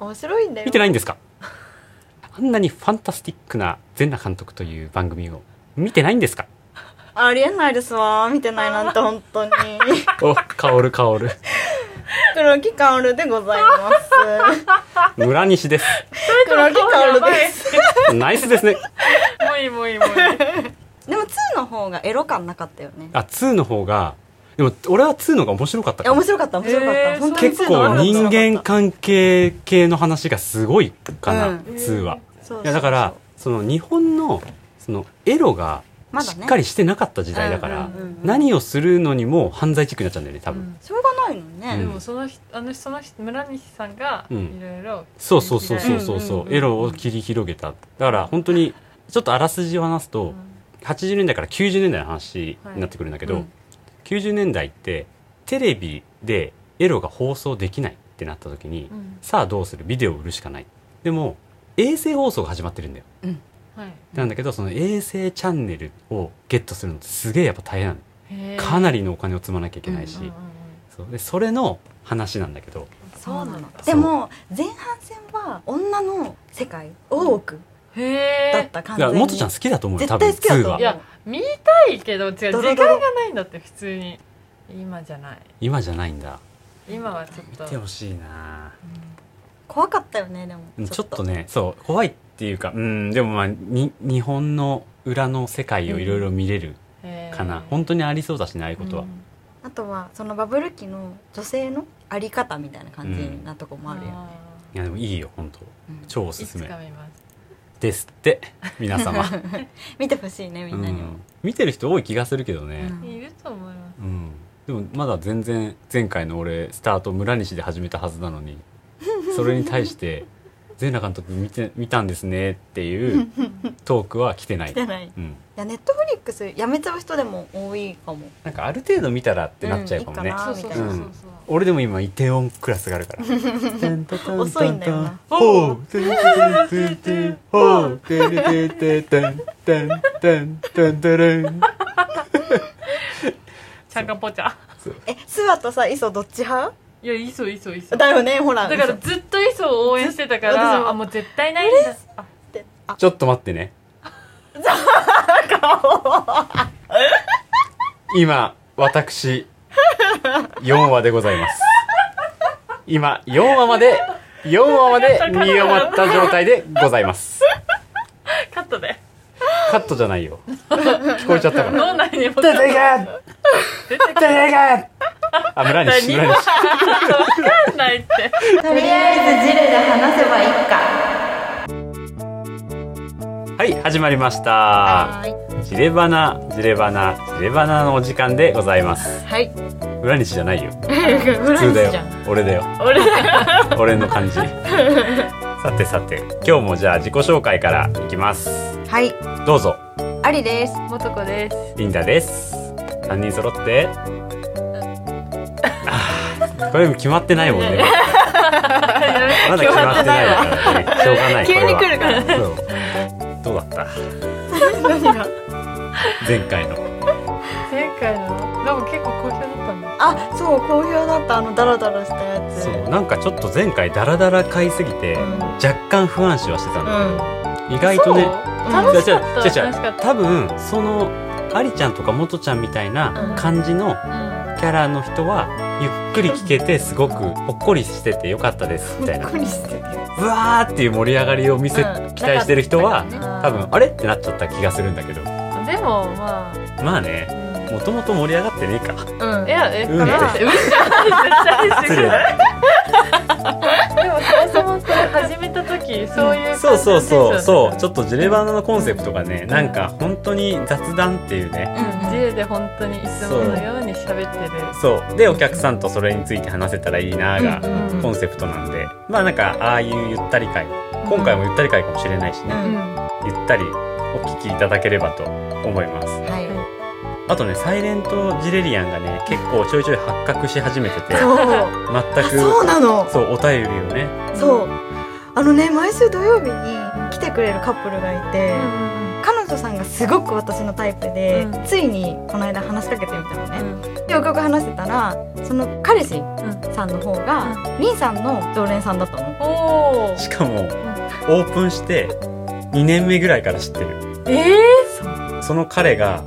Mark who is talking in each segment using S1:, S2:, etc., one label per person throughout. S1: 面白いんだよ
S2: 見てないんですかあんなにファンタスティックな全裸監督という番組を見てないんですか
S3: ありえないですわ見てないなんて本当に
S2: お、カオルカオル。
S3: 黒木カオルでござい ます
S2: 村西です。
S1: タイトル顔やばい
S3: 黒木薫で
S2: ナイスですね。
S1: もういいもういいもういい
S3: でも2の方がエロ感なかったよね
S2: あ、2の方が、でも俺は2の方が面白かった
S3: い
S2: か
S3: や
S2: ら
S3: 面白かった面白かった、
S1: えー
S3: 本当に
S2: 結構人間関係系の話がすごいかな、
S3: うん
S2: 2は。
S3: そうそうそう
S2: いやだから、その日本の、そのエロが
S3: まだ
S2: し
S3: ね
S2: っかりしてなかった時代だから、
S1: うんうんうん
S2: 何をするのにも犯罪チックになっちゃうんだよね、多分。
S3: しょうがないのね、
S1: でもその人あのその人村西さんが
S2: うん
S1: いろいろ
S2: そうそうそうそうそう
S3: うん
S2: そうう、
S3: んうん
S2: エロを切り広げた。だから本当に、ちょっとあらすじを話すと、80年代から90年代の話になってくるんだけど、
S3: はいうん
S2: 90年代ってテレビでエロが放送できないってなった時に、
S1: うん
S2: さあどうするビデオを売るしかないでも衛星放送が始まってるんだよ
S1: はい
S2: なんだけどその衛星チャンネルをゲットするのってすげえやっぱ大変なの
S1: へー
S2: かなりのお金を積まなきゃいけないし、
S1: うんうんうん
S2: そうでそれの話なんだけど
S1: そうなの
S3: でも前半戦は女の世界多く
S1: へ
S3: だっ
S1: え
S3: た感
S2: だ
S3: じ
S2: からもとちゃん好きだと思うよ多
S3: 絶
S2: 分
S3: 対好きだと
S2: 2
S3: 思う
S2: はい
S1: や見たいけど違う時
S3: ドロ
S1: 間
S3: ドロ
S1: がないんだって普通に今じゃない
S2: 今じゃないんだ
S1: 今はちょっ
S2: 見
S1: と
S2: てほしいな
S3: 怖かったよねでも
S2: うんちょっとねそう怖いっていうかうんでもまあに日本の裏の世界をいろいろ見れるかな、本当にありそうだしねああいうことは、
S3: あとはそのバブル期の女性のあり方みたいな感じなとこもあるよね、
S2: いやでもいいよ本当
S3: うん
S2: 超お
S1: お
S2: すすめ
S1: いつか見ます
S2: ですって皆様
S3: 見てほしいねみんなに
S2: う
S3: も、
S2: ん見てる人多い気がするけどね、
S3: うん
S1: いると思います
S2: うんでもまだ全然前回の俺スタート村西で始めたはずなのにそれに対して全裸監督見て見たんですねっていうトークは来てな
S3: 来
S2: い、
S3: てないい
S2: うん、
S3: やネットフリックスやめちゃう人でも多いかも
S2: なんかある程度見たらってなっちゃうかもね、
S3: うんいいかな
S1: そうそうそうそうそう
S2: 俺でも今イテオンクラスがあるから
S3: 遅いんだよな
S2: ほうてんてんてんほうてんてんてんてんてんてんてんてれん
S1: ちゃんかぽちゃ
S3: えスワとさイソどっち派
S1: いやいいそういいそういいそう
S3: だよねほら
S1: だから
S3: イソ
S1: ずっとイソを応援してたから
S3: ずっと
S1: あもう絶対ないんだあ
S3: ってあ
S2: ちょっと待ってね今私4話でございます今4話まで4話まで見終わった状態でございます
S1: カットで
S2: カットじゃないよ聞こえちゃったから
S1: 脳内にも
S2: 出ていけ出ていけあ村西
S1: 何
S2: 村西
S1: 分ないって
S3: とりあえずジレで話せばいいか
S2: はい始まりました
S3: は
S2: ジレバナジレバナジレバナのお時間でございます
S3: い
S2: 裏西じゃないよ
S3: 普
S2: 普通だよ俺だよ
S1: 俺
S2: 俺の感じさてさて今日もじゃあ自己紹介からいきます
S3: はい
S2: どうぞ
S3: ありです
S1: もとこ です
S2: リンダです3人揃ってあーこれも決まってないもんねまだ決まってないわしょうがない
S3: 急に
S2: これ
S3: 来
S2: は
S3: るから
S2: そうどうだった前回の
S1: 前回のでも結構好評だったんだ
S3: あそう好評だったあのダラダラしたやつ
S2: そうなんかちょっと前回ダラダラ買いすぎて
S3: うん
S2: 若干不安視はしてた
S3: う
S2: の、
S3: ん
S2: 意外とね
S1: 楽し
S2: じゃ
S1: か
S2: あ
S1: った
S2: じゃあ
S1: 楽し
S2: じゃ
S1: か
S2: あ
S1: っ
S2: 多分そのありちゃんとかもとちゃんみたいな感じの
S1: た
S2: キャラの人はゆっくり聞けてすごくほっこりしててよかったですみたいな
S3: びっくりしてる
S2: うわーっていう盛り上がりを見せ、
S3: うん
S2: 期待してる人は
S1: な
S2: 多分あれってなっちゃった気がするんだけど
S1: うんでもまあ
S2: まあねもともと盛り上がってねえか
S3: うん
S1: いやえ
S2: うん
S1: かなってうん絶対す
S2: 失
S1: る
S2: 礼
S1: でもそもそ
S2: だ
S1: もこれ始めた時そういう感じ
S2: そうそうそうそうちょ
S1: っ
S2: っとジレバナのコンセプトがねなんか本当に雑談っていうね
S3: うん
S1: 自由で本当にいつものように喋ってる
S2: そうでお客さんとそれについて話せたらいいなーが、
S1: うん
S2: コンセプトなんでまあなんかああいうゆったり会今回もゆったり会かもしれないしね、
S1: うん
S2: ゆったりお聞きいただければと思います
S3: はい
S2: あとねサイレントジレリアンがね結構ちょいちょい発覚し始めてて
S3: そう
S2: 全く
S3: そうなの
S2: そうお便りをね
S3: そうあのね毎週土曜日に来てくれるカップルがいて、
S1: うん
S3: 彼女さんがすごく私のタイプで、
S1: うん
S3: ついにこの間話しかけてみたの
S1: う
S3: ね、
S1: ん
S3: でよくよく話してたらその彼氏さんの方が凛さんの常連さんだったの
S1: おお
S2: しかもオープンして2年目ぐらいから知ってる
S1: え
S2: その彼が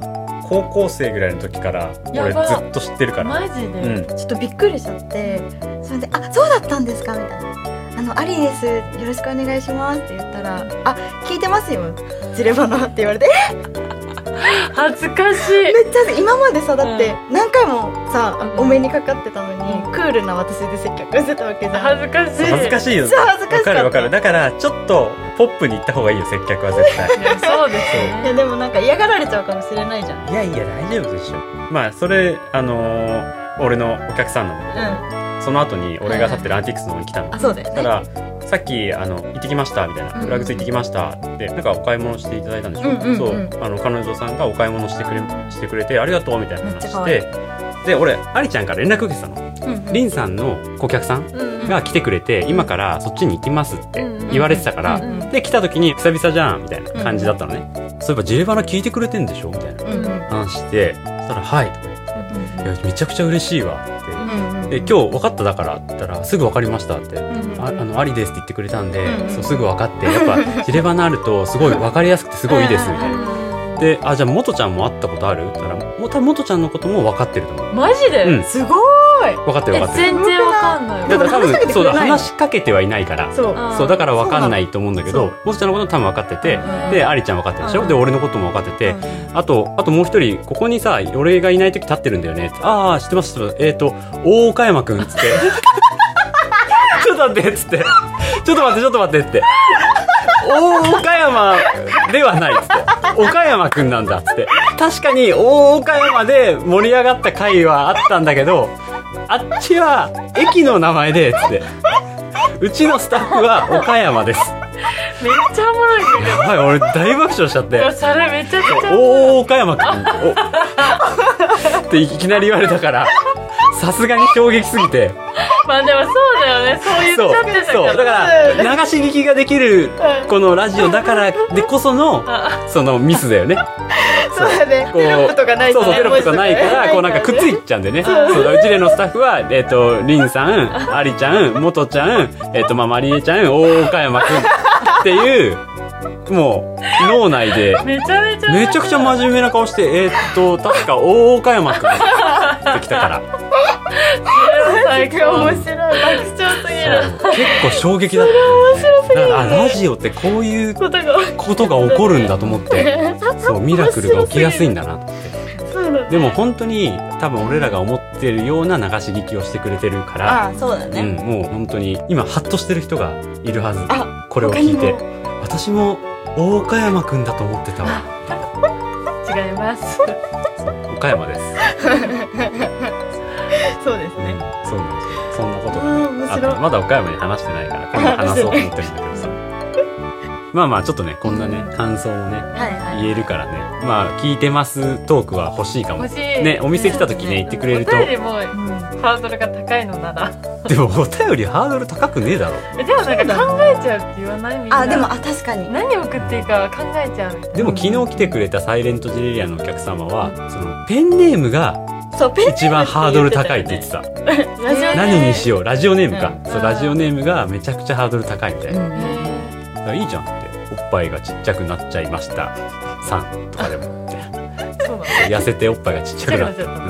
S2: 高校生ぐらいの時から俺
S1: やば
S2: ずっと知ってるか
S1: ー、マ
S2: ら
S1: ジで、
S2: うん
S3: ちょっとびっくりしちゃって「すみませんあそうだったんですか」みたいな「あのアリですよろしくお願いします」って言ったら「あ聞いてますよジレバナ」って言われて
S1: 恥ずかし
S3: え
S1: い
S3: めっちゃ今までさだって何回もさ
S1: うん
S3: お目にかかってたのにクールな私で接客してたわけじゃん。
S1: 恥ずかしい
S2: 恥ずかしいよ
S3: そう恥ずか
S2: わ
S3: しか
S2: か
S3: った
S2: るわかるだからちょっとポップに行った方がいいよ接客は絶対
S1: いやそうですね
S3: いやでもなんか嫌がられちゃうかもし れないじゃん。
S2: いやいや大丈夫でしょまあそれあのー俺のお客さんなんだ
S3: うん。あ
S2: けどその後に俺が立ってるアンティークスの方に来たの、
S3: そうだよ
S2: だ
S3: ね。
S2: からさっきあの行ってきましたみたいな
S3: うん
S2: フラグツ行ってきましたでなんかお買い物していただいたんでしょ、
S3: うんうんうん
S2: そうあの彼女さんがお買い物してくれしてくれてありがとうみたいな
S3: めっちゃ可
S2: 話し
S3: 愛い
S2: てで俺アリちゃんから連絡受けてたの
S3: うんうん
S2: リンさんの顧客さん
S1: うん
S2: が来てくれて今からそっちに行きますって言われてたから、
S1: うんうんうん
S2: で来た時に久々じゃんみたいな感じだったのね、そういえばジレバナ聞いてくれてんでしょみたいな
S3: うんうんうん
S2: 話してそしたら「はい」とか言って「いやめちゃくちゃ嬉しいわ」って
S3: うんうん
S2: で今日分かっただからって言ったらすぐ分かりましたって、ああのありですって言ってくれたんで、
S3: うん
S2: そうすぐ分かってやっ ぱジレバナあるとすごい分かりやすくてすごいいいですみたいな。で、あ、じゃあ、もとちゃんも会ったことあるって言ったら、もたもとちゃんのことも分かってると思う。
S1: マジで、
S2: うん
S3: すごい。
S2: 分かってる
S1: え
S2: 分かってる。
S1: 全然わかんない
S2: だから多
S3: 話しかけ
S2: 分、
S3: て
S2: そ
S3: く
S2: う
S3: れ
S2: だ、
S3: ない
S2: 話しかけてはいないから。
S3: そう。
S1: あー
S2: そう、だから分かんないと思うんだけど、もとちゃんのこと多分分かってて、で、ありちゃん分かってるでし
S1: う
S2: ょ
S1: ん
S2: で、俺のことも分かってて
S3: うん、
S2: あと、あともう一人、ここにさ、俺がいない時立ってるんだよね。ああ、知ってます、知ってます。えっ、と、大岡山くんっつって。 ちょっと待って、っつって。ちょっと待って、ちょっと待ってって。大岡山ではないっつって。岡山くんなんだっつって。確かに大岡山で盛り上がった回はあったんだけど、あっちは駅の名前でっつって。うちのスタッフは岡山です。
S1: めっちゃおもろいけど
S2: やばい、俺大爆笑しちゃって。
S1: それめちゃくちゃ
S2: おお岡山君おっていきなり言われたからさすがに衝撃すぎて
S1: まあでもそうだよねそう言っちゃってた
S2: そうだ
S1: から
S2: から流し聞きができる
S3: うん
S2: このラジオだからでこその
S1: あ
S2: そのミスだよね
S3: そうだね。
S2: こう
S3: テロップとかない
S2: そう
S3: と
S2: そう
S3: ね
S2: テロップがないからこうなんかくっついちゃうんでねそううちでのスタッフはえっとりんさんありちゃんもとちゃんえっとまあまりえちゃん大岡山君っていうもう脳内で
S1: めちゃめちゃ
S2: めちゃくちゃ真面目な顔して、えーっと、確か大岡山くんってきたから。
S1: 最高
S3: 面
S1: 面白い
S3: 白
S1: 爆
S3: い。
S1: 笑すぎる
S2: そう結構衝撃だった。だから、あラジオってこういう
S1: ことが
S2: ことが起こるんだと思 って、そう、ミラクルが起きやすいんだなって。
S1: そうだ
S2: でも本当に多分俺らが思ってるような流し聞きをしてくれてるから、
S3: あー、そうだ
S2: うん、
S3: ね。
S2: もう本当に今ハッとしてる人がいるはず。
S3: あ
S2: これを聞いて
S3: 他に。
S2: 私も大岡山くんだと思ってたわ。
S1: 違います
S2: 岡山です。
S3: そうですね。、
S2: ねそうなんですよ。そんなことが、
S3: うん面
S2: あっ
S3: 白い
S2: たまだ岡山に話してないから、今度話そうと思ってるんだけ どさ。まあまあ、ちょっとね、こんなね、感想をね、
S3: はいはい。
S2: 言えるからね、まあ、聞いてますトークは欲しいかも。
S1: 欲しい
S2: ね、お店来た時ね、言ってくれると
S1: お、便りも
S3: うん
S1: ハードルが高いのなら
S2: でもお便りハードル高くねえだろ。
S1: えでもなんか考えちゃうって言わないみんな
S3: あ、でもあ確かに。
S1: 何を送っていいか考えちゃうみたいな
S2: でも昨日来てくれたサイレントジレリアのお客様は、その、ペンネームが
S3: そうペン
S2: 一番ハードル高いって言ってた。
S1: ラジオネーム
S2: 何にしよう、ラジオネームか。
S1: うん
S2: そう、ラジオネームがめちゃくちゃハードル高いみたいな。
S3: う
S1: へ
S3: ん
S1: ー
S2: だからいいじゃんっておっぱいがちっちゃくなっちゃいましたさんとかでも
S1: そうなの
S2: 痩せておっぱいがちっちゃくなっ
S1: ちっちゃくなっち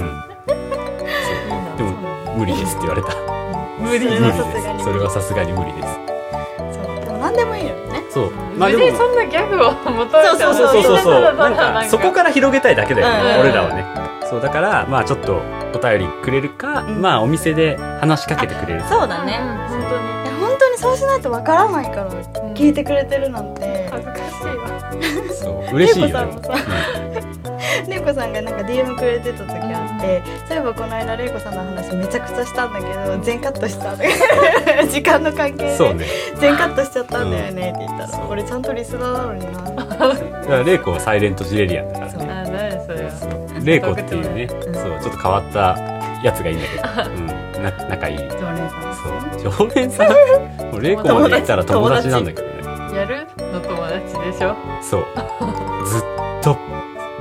S2: でもうん、無理ですって言われた
S1: 無理
S2: 無理
S1: で
S2: ですすそれはさすがに無理で
S3: そうでも何でもいいよね。
S2: すそうまあで
S1: 別
S2: も
S1: にそんなギャグを求めても
S2: そう
S3: そ
S2: そうう
S3: そ
S2: そうう
S1: みん
S2: そう
S1: な
S2: そう
S1: ただただ
S2: なんかそこから広げたいだけだよね、
S1: うん
S2: 俺らはねそうだからまあちょっとお便りくれるか、
S3: うん
S2: まあお店で話しかけてくれる
S3: そう
S1: う
S3: だ
S1: ん
S3: ね。
S1: 本当に
S3: いや本当にそうしないとわからないから聞いてくれてるなんて、
S1: 恥ずかしいわ
S2: そう嬉し
S3: レ
S2: いよ
S3: イコさんもさ玲子さんがなんか DM くれてた時あって、そういえばこの間玲子さんの話めちゃくちゃしたんだけど全カットした 時間の関
S2: で
S3: 係
S2: もそう
S3: で
S2: ね
S3: 全カットしちゃったんだよねって言ったら、
S2: そう
S3: 俺ちゃんとリスナーなのにな
S2: だからレイコはサイレントジレリアンだからね
S1: あ何それは
S2: レイコっていうね、
S3: ん
S2: そうちょっと変わったやつがいいん だけど、うん、な仲いい
S3: 常連さ
S2: そう常連さんもう玲子まで行ったら友達なんだけどね
S1: やるの友達でしょ
S2: そうずっと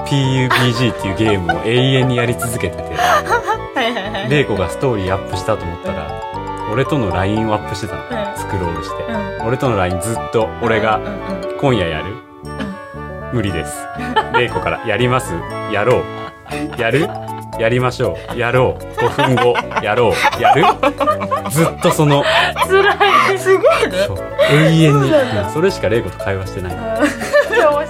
S2: PUBG っていうゲームを永遠にやり続けてて
S3: はいはいはい
S2: 玲子がストーリーアップしたと思ったら俺との LINE をアップしてたの、
S1: うん
S2: スクロールして、
S1: うん
S2: 俺との LINE ずっと俺が、
S1: うんうん
S2: 今夜やる無理です。レイコから、やりますやろうやるやりましょうやろう5分後やろうやるずっとその、
S1: 辛いすごい
S2: そう永遠
S3: そう
S2: に
S3: なんだ
S2: それしかレイコと会話してない。
S1: 面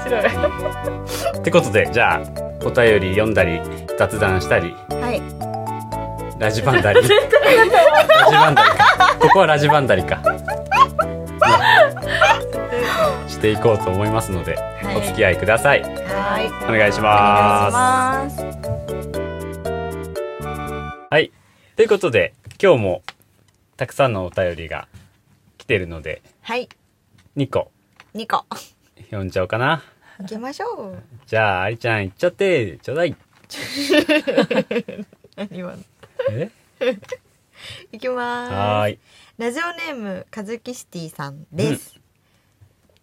S1: 白い
S2: ってことで、じゃあ、お便り読んだり、雑談したり、
S3: はい
S2: ラジバンダリ。ラジバンダリか。ここはラジバンダリか。していこうと思いますので、
S3: はい
S2: お付き合いください。
S3: はい
S2: お願いし
S3: お
S2: ま
S3: 願い
S2: す。
S3: します
S2: はい。ということで、今日もたくさんのお便りが来てるので、
S3: はい
S2: 2個
S3: 二個
S2: 読んじゃおうかな。
S3: 行きましょう
S2: じゃあ、ありちゃん、行っちゃって、ちょうだい。
S3: 今
S2: え
S3: 行きます
S2: はーい。
S3: ラジオネームカズキシティさんです、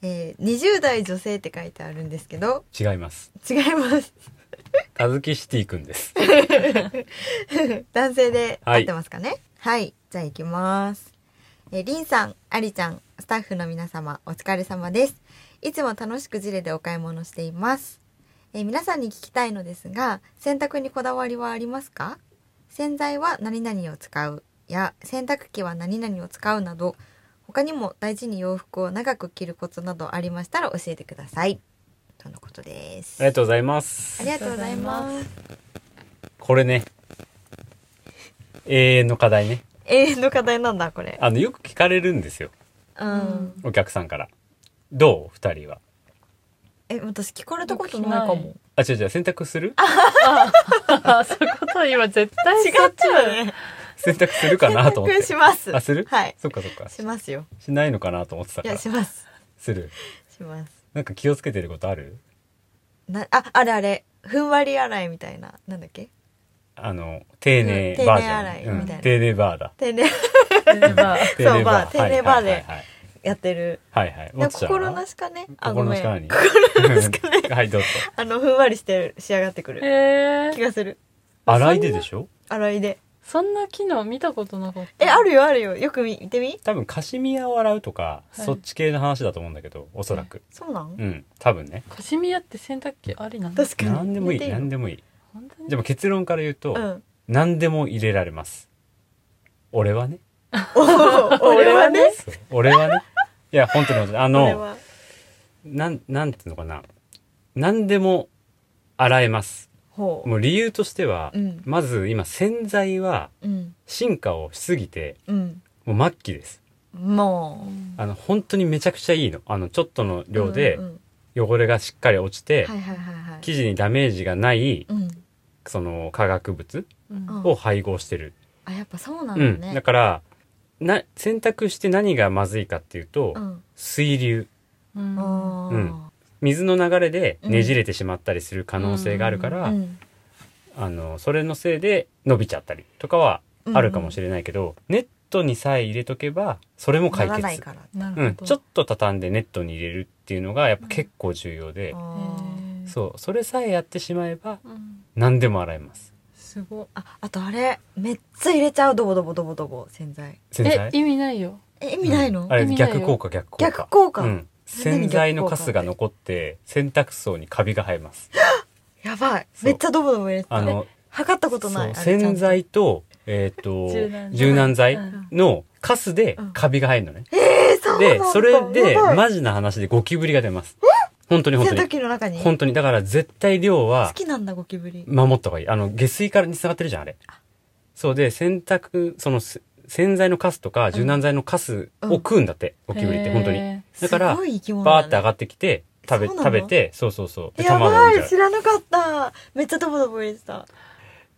S3: えー、20代女性って書いてあるんですけど
S2: 違います。
S3: 違います
S2: かずきシティくんです。
S3: 男性で
S2: は
S3: 合
S2: い
S3: ってますかねはい、じゃあ行きますえー、りんさんありちゃんスタッフの皆様お疲れ様ですいつも楽しくジレでお買い物していますえー、皆さんに聞きたいのですが洗濯にこだわりはありますか洗剤は何々を使うや洗濯機は何々を使うなど他にも大事に洋服を長く着るコツなどありましたら教えてくださいとのことです
S2: あり
S3: あ
S2: がとうございます
S3: り。がとうございます
S2: これね、永遠の課題ね。
S3: 永遠の課題なんだこれ
S2: あの、よく聞かれるんですよ。
S3: うん
S2: お客さんから。どう二人は。
S3: え、私聞かれたことないか
S1: よくしな
S3: も。
S2: あ、違う違う、洗濯する
S1: あそういうこと今絶対違っちゃう
S3: ね。
S2: 洗濯するかなと思って。
S3: します。
S2: あ、する
S3: はい。
S2: そっかそっか。
S3: しますよ。
S2: しないのかなと思ってた
S3: い
S2: か
S3: や、
S2: ら。
S3: します。
S2: する。
S3: します。
S2: なんか気をつけてることある
S3: な、あ、あれあれ。ふんわり洗いみたいな。なんだっけ
S2: あの、丁寧
S3: うん
S2: バー
S3: 丁
S2: ジョン。
S3: 寧洗いみたいな
S2: 丁寧バーだ。
S3: 丁寧
S1: まあ
S2: 丁寧
S3: バー
S2: はい
S3: 丁寧バーで
S2: はいはい
S3: やってる。
S2: はい。はいはい。
S3: でも
S2: もつちゃんは
S3: 心なしかね。あ、ご
S2: 心の
S3: め
S2: しか何
S3: ん。
S2: 心のしかね。はい、どうぞ。
S3: あの、ふんわりしてる、仕上がってくる。
S1: え
S3: 気
S1: ー、
S3: がする。
S2: 洗いででしょ
S3: 洗いで。
S1: そんな機能見たことなかった
S3: え、あるよ、あるよ。よく見見てみ
S2: 多分カシミヤを洗うとか、
S1: はい
S2: そっち系の話だと思うんだけど、おそらく。
S3: そうなん
S2: うん、多分ね。
S1: カシミヤって洗濯機ありなの
S3: 確かに。
S2: 何でもいい、
S3: 似てる
S2: 何でもいい。
S1: 本当に
S2: でも結論から言うと、
S3: うん。
S2: 何でも入れられます。俺はね。
S3: お ー俺はね。
S2: そう俺は ね。いや、本当に本当に。あ
S3: 俺
S2: の、
S3: は。
S2: なん、なんていうのかな。何でも洗えます。
S3: ほ
S2: もう理由としては、
S3: うん
S2: まず今洗剤は
S3: う。うん。
S2: 進化をしすぎて
S3: うん。
S2: もう末期です
S3: も
S2: あの本当にめちゃくちゃいいのあのちょっとの
S3: う。
S2: 量で
S3: うんうん
S2: 汚れがしっかり落ちて、
S3: はいはいはいはい。
S2: 生地にダメージがない
S3: うん。
S2: その化学物
S1: うん
S3: うん
S2: を配合してる、
S3: あ、やっぱそうな
S2: うんん
S3: だ
S2: だ
S3: ね。
S2: からな洗濯して何がまずいかっていうと、
S3: うん。
S2: 水流
S1: うん
S3: あー
S2: うん水の流れでねじれてしまったりする可能性があるから、
S3: うん
S2: あのそれのせいで伸びちゃったりとかはあるかもしれないけど、ネットにさえ入れとけばそれも解
S3: ならない
S2: 決
S3: からって。
S1: なるほ
S2: う
S1: ど、
S2: ん、ちょっと畳んでネットに入れるっていうのがやっぱ結構重要で、
S1: え
S3: あー
S1: ー
S2: そうそれさえやってしまえば
S1: うん
S2: 何でも洗えます
S1: すごい
S3: あ、あとあれ、めっちゃ入れちゃう、ドボドボドボドボ、洗剤。
S2: 洗
S1: え
S2: 剤
S1: 意味ないよ
S3: え、意味ないの、
S2: あれ
S1: 意味ないよ
S2: 逆効果逆効果
S3: 逆効果、
S2: うん、洗剤のカスが残って洗濯槽にカビが生えます
S3: やばい。
S2: そう
S3: めっちゃドボドボ入れてた。
S2: あの
S3: 測ったことない。
S2: そう
S3: あれちゃん
S2: 洗
S3: と。
S2: 剤とえーっ
S1: 柔
S2: と
S1: 軟剤
S2: 柔軟剤
S1: うん
S2: のカスで
S3: うん
S2: カビが入るのね、
S3: えー、そうなん
S2: で
S3: だ
S2: それで
S3: やばい
S2: マジな話でゴキブリが出ます本当に本当
S3: 洗濯
S2: に
S3: 機の中に。
S2: 本当にだから絶対量は
S3: 好きなんだ、ゴキブリ。
S2: 守った方がいい。あの、下水からに繋がってるじゃん、あれ。そうで、洗濯、その、せ洗剤のカスとか、柔軟剤のカスを食うんだって、ゴキブリって、本当に。
S1: へ
S2: だから
S3: すごい生き物だ、ね。
S2: バーって上がってきて、食べ、
S3: そうなの
S2: 食べて、そうそうそう。で、
S3: や
S2: 卵
S3: ば
S2: 産ん
S3: い、
S2: じ
S3: 知
S2: ゃ
S3: らなかった。めっちゃドボドボ入れてた。
S2: う。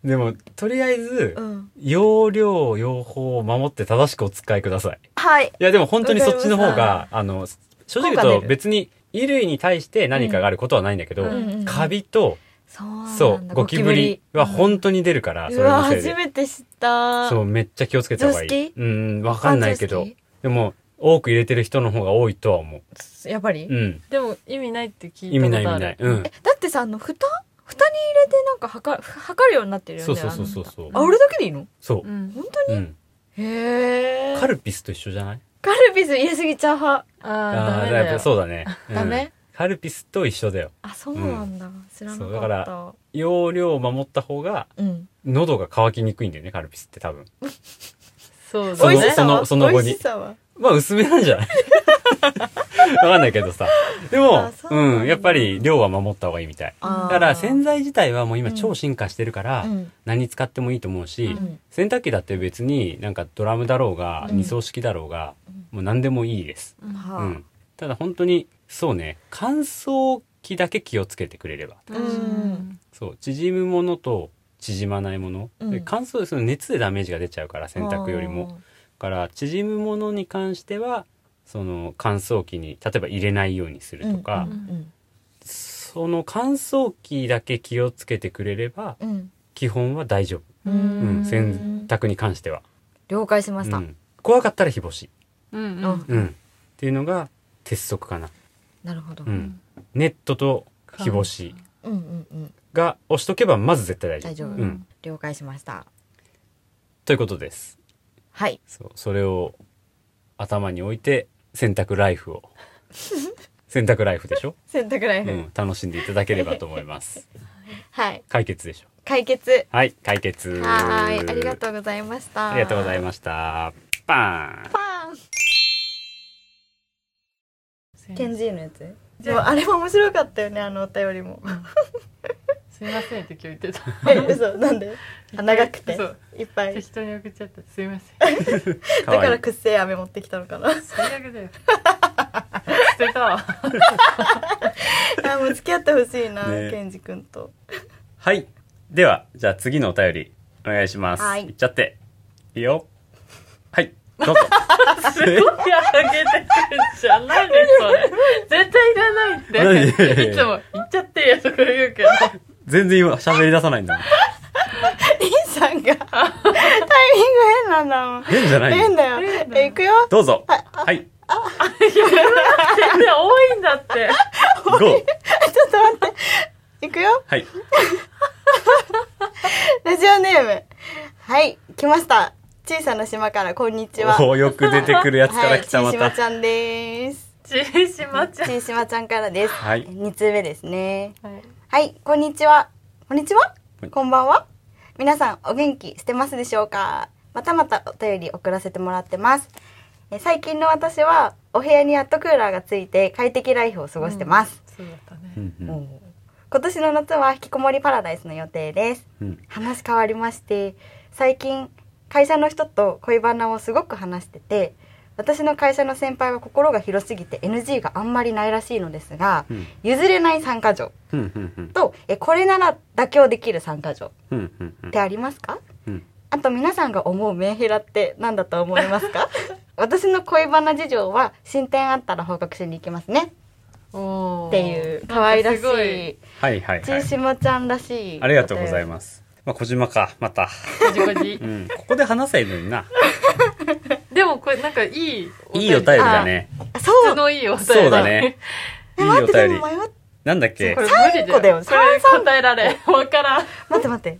S2: でも、とりあえず
S3: う、ん。
S2: 用量、用法を守って正しくお使いください。
S3: はい。
S2: いや、でも本当にそっちの方
S3: わか
S2: が、あの、正直言
S3: 効果
S2: う
S3: 出
S2: と
S3: る
S2: 別に衣類に対して何かがあることはないんだけど、
S1: うん
S3: うん
S2: カビと、
S3: そうなんだ。
S2: そう、ゴキブリは本当に出るから、
S3: う
S2: それ
S3: わ
S2: のせい
S3: 初
S2: で。
S3: めて知った
S2: そう、めっちゃ気をつけた方がい
S3: 常
S2: い。
S3: 識
S2: うん、わかんないけ
S3: あ
S2: ど
S3: 常識。
S2: でも、多く入れてる人の方が多いとは思う。
S3: やっぱり、
S2: う
S3: え
S2: ん。
S1: ーでも意味ないって聞い
S2: 意
S1: たこ
S2: 味ない意
S1: とあ
S2: 味
S1: る
S2: ない。うん。
S3: だってさあの蓋蓋に入れてなんか測る測るようになってるよね
S2: そうそうそうそう。
S3: あのあれだけでいいの
S2: そう。
S1: ん
S3: 本当に、
S2: うん。
S3: へえ
S2: カルピスと一緒じゃない
S3: カルピス入れすぎちゃう派あーダ
S2: ああ
S3: メ
S2: ー、
S3: だ
S2: やっ
S3: よ
S2: ぱそうだね。うん
S3: ダメ
S2: カルピスと一緒だよ。
S3: あそうなんだ、知らなか
S2: そ
S3: っ
S2: う
S3: た
S2: だから容量を守った方が、
S4: うん。
S2: 喉が渇きにくいんだよね、カルピスって多分。
S3: そうだ
S2: その
S3: 美味しさは
S2: そのその後に
S3: 美味しさは
S2: まあ、薄めなんじゃない わかんないけどさ。でも、
S3: あそううなんだ
S2: ん、やっぱり量は守った方がいいみたい。
S4: あ
S2: だ
S4: ー
S2: から洗剤自体はもう今
S4: うん
S2: 超進化してるから、
S4: うん
S2: 何使ってもいいと思うし、
S4: うん
S2: 洗濯機だって別になんかドラムだろうが、
S4: うん
S2: 二層式だろうが、もう何でもいいです。
S4: はあ
S2: うん。ただ本当に、そうね、乾燥機だけ気をつけてくれれば。
S4: うん
S2: そう縮むものと縮まないもの、
S4: うん
S2: で乾燥その熱でダメージが出ちゃうから洗濯よりもだから縮むものに関してはその乾燥機に例えば入れないようにするとか、
S4: うんうん
S2: その乾燥機だけ気をつけてくれれば
S4: うんうん
S2: 基本は大丈
S4: うん
S2: 夫、うん
S3: うん
S2: 洗濯に関しては、
S4: 了解しまし
S2: う
S4: た。
S2: ん怖かったら日干し、
S3: うん
S4: あ
S2: うん、っていうのが鉄則かな、
S4: なるほど。
S2: う
S4: うん
S2: ん、ネットと日干し
S4: うんうん。
S2: が押しとけばまず絶対大丈夫
S4: 大丈夫
S2: うん。
S4: 了解しました。
S2: ということです
S4: はい。
S2: そうそれを頭に置いて洗濯ライフを洗濯ライフでしょ、
S4: 洗濯ライ
S2: う
S4: フ。
S2: ん、楽しんでいただければと思います
S4: はい。
S2: 解決でしょ
S4: 解決。
S2: はい解決
S4: はーい。ありがとうございました。
S2: ありがとうござい
S4: ま
S2: ましたパーン
S4: す。パンケンジーのやつ
S3: でもあれも面白かったよねあのお便 りも
S5: すいませんって今日言ってた
S3: え嘘なんであ 長くて
S5: そう
S3: いっぱい
S5: 適当に送っちゃったすいません
S3: だ
S2: かわ
S3: か
S2: い
S3: らくっせえ飴持ってきたのかな
S5: 最悪だよ捨てたわ
S3: あもう付き合ってほしいな、
S2: ね
S3: ケンジ君と
S2: はいではじゃあ次のお便りお願いします
S4: はい
S2: いっちゃっていいよはいどうぞ
S5: すごいあげてくるじゃん何でそれ絶対いらないって
S2: 何
S5: いつも言っちゃってよとか言うけど
S2: 全然今喋り出さないんだもん
S3: リンさんがタイミング変なんだもん
S2: 変じゃない
S3: 変
S2: よ
S3: だよ
S5: 変だよ
S3: え行くよ
S2: どうぞはい
S5: 全然多いんだって
S2: 5
S3: ちょっと待って行くよ
S2: はい
S3: ラジオネームはい来ました小さな島からこんにちは
S2: おーよく出てくるやつから来た
S3: はい、
S2: ま
S3: ちいしま
S2: た
S3: ちゃんです
S5: ちし まちゃん
S3: ちいしまちゃんからです
S2: はい
S3: 二通目ですね
S5: はい
S3: はいこんにちはこんにちは
S2: はい
S3: こんばんは皆さんお元気してますでしょうかまたまたお便り送らせてもらってますえ最近の私はお部屋にやっとクーラーがついて快適ライフを過ごしてます、
S5: そうだった
S2: う
S5: ね
S2: んう
S3: お
S2: ん
S3: ー今年の夏は引きこもりパラダイスの予定です
S2: うん
S3: 話変わりまして最近会社の人と恋バナをすごく話してて私の会社の先輩は心が広すぎて NG があんまりないらしいのですが
S2: うん
S3: 譲れない参加条
S2: うんうんうん
S3: とえこれなら妥協できる参加条
S2: うんうんうん
S3: ってありますか
S2: うん
S3: あと皆さんが思うメンヘラって何だと思います か私の恋バナ事情は進展あったら報告しに行きますね
S5: おー
S3: っていう可愛らし
S5: なんかすごい
S3: い
S2: はいはいは
S3: ち
S2: い
S3: しまちゃんらしい
S2: ありがとうござい
S3: ま
S2: ますまあ小島かまた、
S5: こじこじ
S2: うん、ここで話せるのにな
S5: でもこれなんかいい
S2: いいお便りだね
S3: すそ
S5: 質
S3: う
S5: のいいお便り
S2: そうだねいい
S3: え待
S2: お
S3: ってで
S2: 便り
S3: も迷っ
S2: なんだっけ
S5: これ無
S3: 三
S5: 理
S3: 個だよ
S5: これ答えられんわからん
S3: 待って待って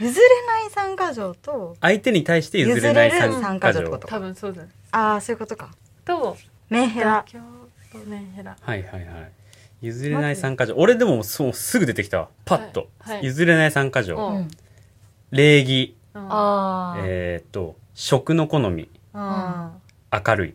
S3: 譲れない参加条と
S2: 相手に対して譲れない参加
S3: 譲れる参加条
S2: 条
S3: と
S5: 多分そうだね
S3: ああそういうことか
S5: と
S3: メンヘラ
S5: 妥協とメンヘラ
S2: はいはいはい譲れない参加条俺でもそうすぐ出てきたわパッと、
S5: はいはい
S2: 譲れない参加条、
S5: うん
S2: 礼儀
S5: あ
S3: あー
S2: えー、と食の好み
S5: あ
S2: 明るい、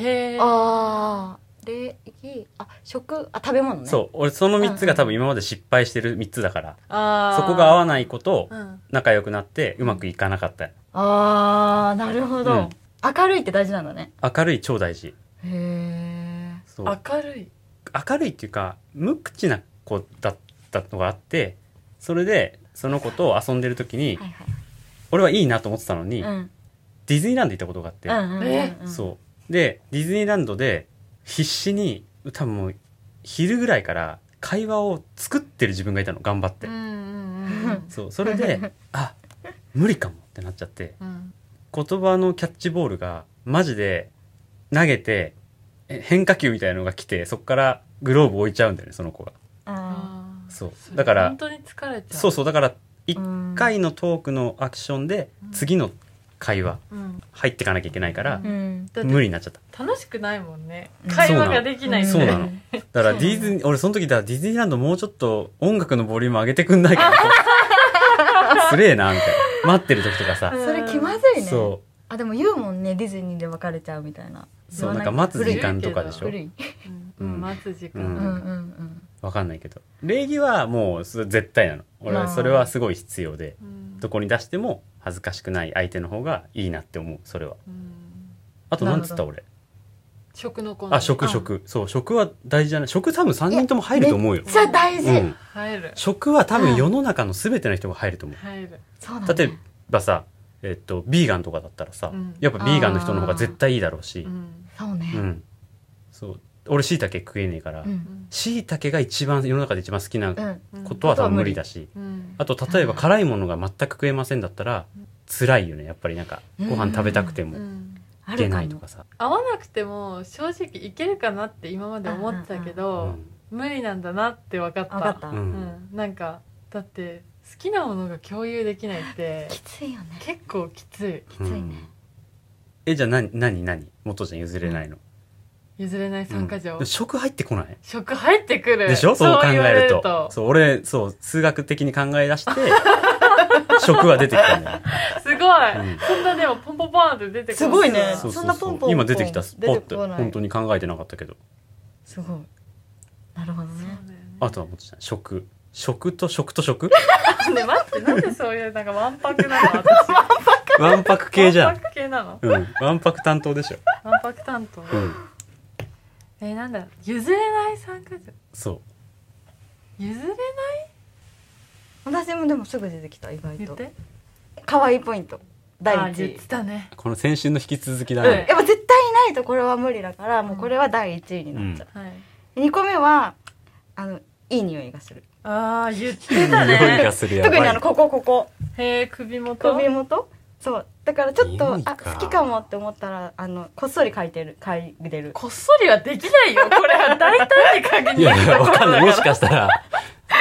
S5: へえ
S3: あー礼儀あ食あ食べ物ね
S2: そう俺その3つが多分今まで失敗してる3つだから、
S5: あ
S2: そこが合わ
S5: ない
S2: ないこと仲良くなってうまくいかなかった、
S3: ああなるほど、
S2: うん
S3: 明るいって大事なんだね
S2: 明るい超大事
S3: へえ
S2: そう
S5: 明るい
S2: 明るいっていうか無口な子だったのがあってそれでその子と遊んでる時に、
S3: はいはい
S2: 俺はいいなと思ってたのに、
S3: うん
S2: ディズニーランド行ったことがあって、
S3: うんうん
S5: え
S3: うん
S2: そうでディズニーランドで必死に多分もう昼ぐらいから会話を作ってる自分がいたの頑張って、
S5: ん
S2: そうそれ であ無理かもってなっちゃって
S5: うん
S2: 言葉のキャッチボールがマジで投げてえ変化球みたいなのが来てそこからグローブ置いちゃうんだよねその子が
S3: あ
S2: そうだから
S5: 本当に疲れちゃう
S2: そうそうだから
S3: ーうん
S2: 1回のトークのアクションで
S5: うん
S2: 次の会話
S5: うん、
S2: 入ってかなきゃいけないから
S5: う、
S3: ん
S5: だって
S2: 無理になっちゃった
S5: 楽しくないもんね
S3: うん
S5: 会話ができないんで
S2: そうなのだからディズニー俺その時だからディズニーランドもうちょっと音楽のボリューム上げてくんないかなすれえなみたいな待ってる時とかさ、
S5: うん
S3: それ気まずいね
S2: そ
S3: あでも言うもんねディズニーで別れちゃうみたいな
S2: うそうなんか待つ時間とかでしょ
S3: 古い
S5: うん
S2: うん
S5: 待つ時
S3: う
S2: うんん
S3: うんう
S5: 間
S3: ん
S2: わかんないけど礼儀はもうそ絶対なの俺はそれはすごい必要で
S5: うん
S2: どこに出しても恥ずかしくない相手の方がいいなって思うそれは
S5: うん
S2: あとなんつった俺
S5: 食のコ
S2: あ食食そう食は大事じゃない食多分3人とも入ると思うよ
S3: めっちゃ大事、
S2: うん
S5: 入る
S2: 食は多分世の中の全ての人が入ると思う
S5: 入る
S3: そうなんだ
S2: 例えばさ、えっと、ビーガンとかだったらさ、
S5: うん
S2: やっぱビーガンの人の方が絶対いいだろうし
S5: う、ん
S3: そうね
S2: うんそう俺しいたけ食えねえから
S3: うん
S2: しいたけが一番世の中で一番好きな
S3: うん
S5: うん
S2: ことは多分無理だし、
S5: うん
S2: あと例えば辛いものが全く食えませんだったら辛いよねやっぱりなんか
S3: うん
S2: ご飯食べたくて
S5: う
S2: も
S5: ん
S3: あ
S2: い
S3: る
S2: け
S3: か
S2: ない
S3: も
S2: とかさ、
S5: 合わなくても正直いけるかなって今まで思ってたけ
S2: う
S5: ど
S2: ん
S5: 無理なんだなって分かった
S3: 分かった、
S2: う
S5: うんん、なんかだって好きなものが共有できないって
S3: きついよね
S5: 結構きつい
S3: ついね
S2: うんえじゃあ何何何元ちゃん譲れないの、
S5: 譲れない参加条、
S2: うん食入ってこない
S5: 食入ってくる
S2: でしょそう考え
S5: 言われ
S2: ると。そう、俺、そう、数学的に考え出して、 食は出てきたんだよ。
S5: すごい、
S2: うん
S5: そんなでもポンポンポンって出てくる
S3: すごいね
S2: そうそうそう
S3: そんなポンポンポン
S2: 今出てきた、
S3: 出て
S2: ポ
S3: こな
S2: ッ
S3: い
S2: て。本当に考えてなかったけど。
S3: すごいなるほど
S5: そう
S3: ね
S2: あとはもっとちゃん、食。食と食と食
S5: だよねで待ってなんでそういうなんかわんぱくなの私
S2: わんぱく系じゃ
S5: わん
S2: ん。
S5: ぱく系なの
S2: うん。わんぱく担当でしょ。
S5: わんぱく担当、
S2: うん。
S5: えーなんだ譲れない参加条
S2: そう。
S5: 譲れない
S3: 私もでもすぐ出てきた意外
S5: 言っ
S3: と
S5: て
S3: 可愛いポイント
S5: あ
S3: 第
S5: ー言っ
S3: 一位
S5: てたね
S2: この先週の引き続きだ
S5: うん
S2: ね。
S3: やっぱ絶対いないとこれは無理だからもうこれは第一位になっちゃ
S5: はい。
S3: う、二2個目はあのいい匂いがする
S5: ああ言って た
S2: 匂いが
S5: ね
S2: するや
S3: 特
S2: ばい。
S3: にあのここここ
S5: へえ首元
S3: 首元そうだからちょっと
S2: 匂いか
S3: あ好きかもって思ったらあのこっそり嗅いでる嗅いでる
S5: こっそりはできないよ。これは大胆に限
S2: い
S5: り
S2: や
S5: ないい
S2: や、
S5: と
S2: わ
S5: ころだ
S2: かん
S5: か
S2: ない。
S5: ら。
S2: もしかしたら、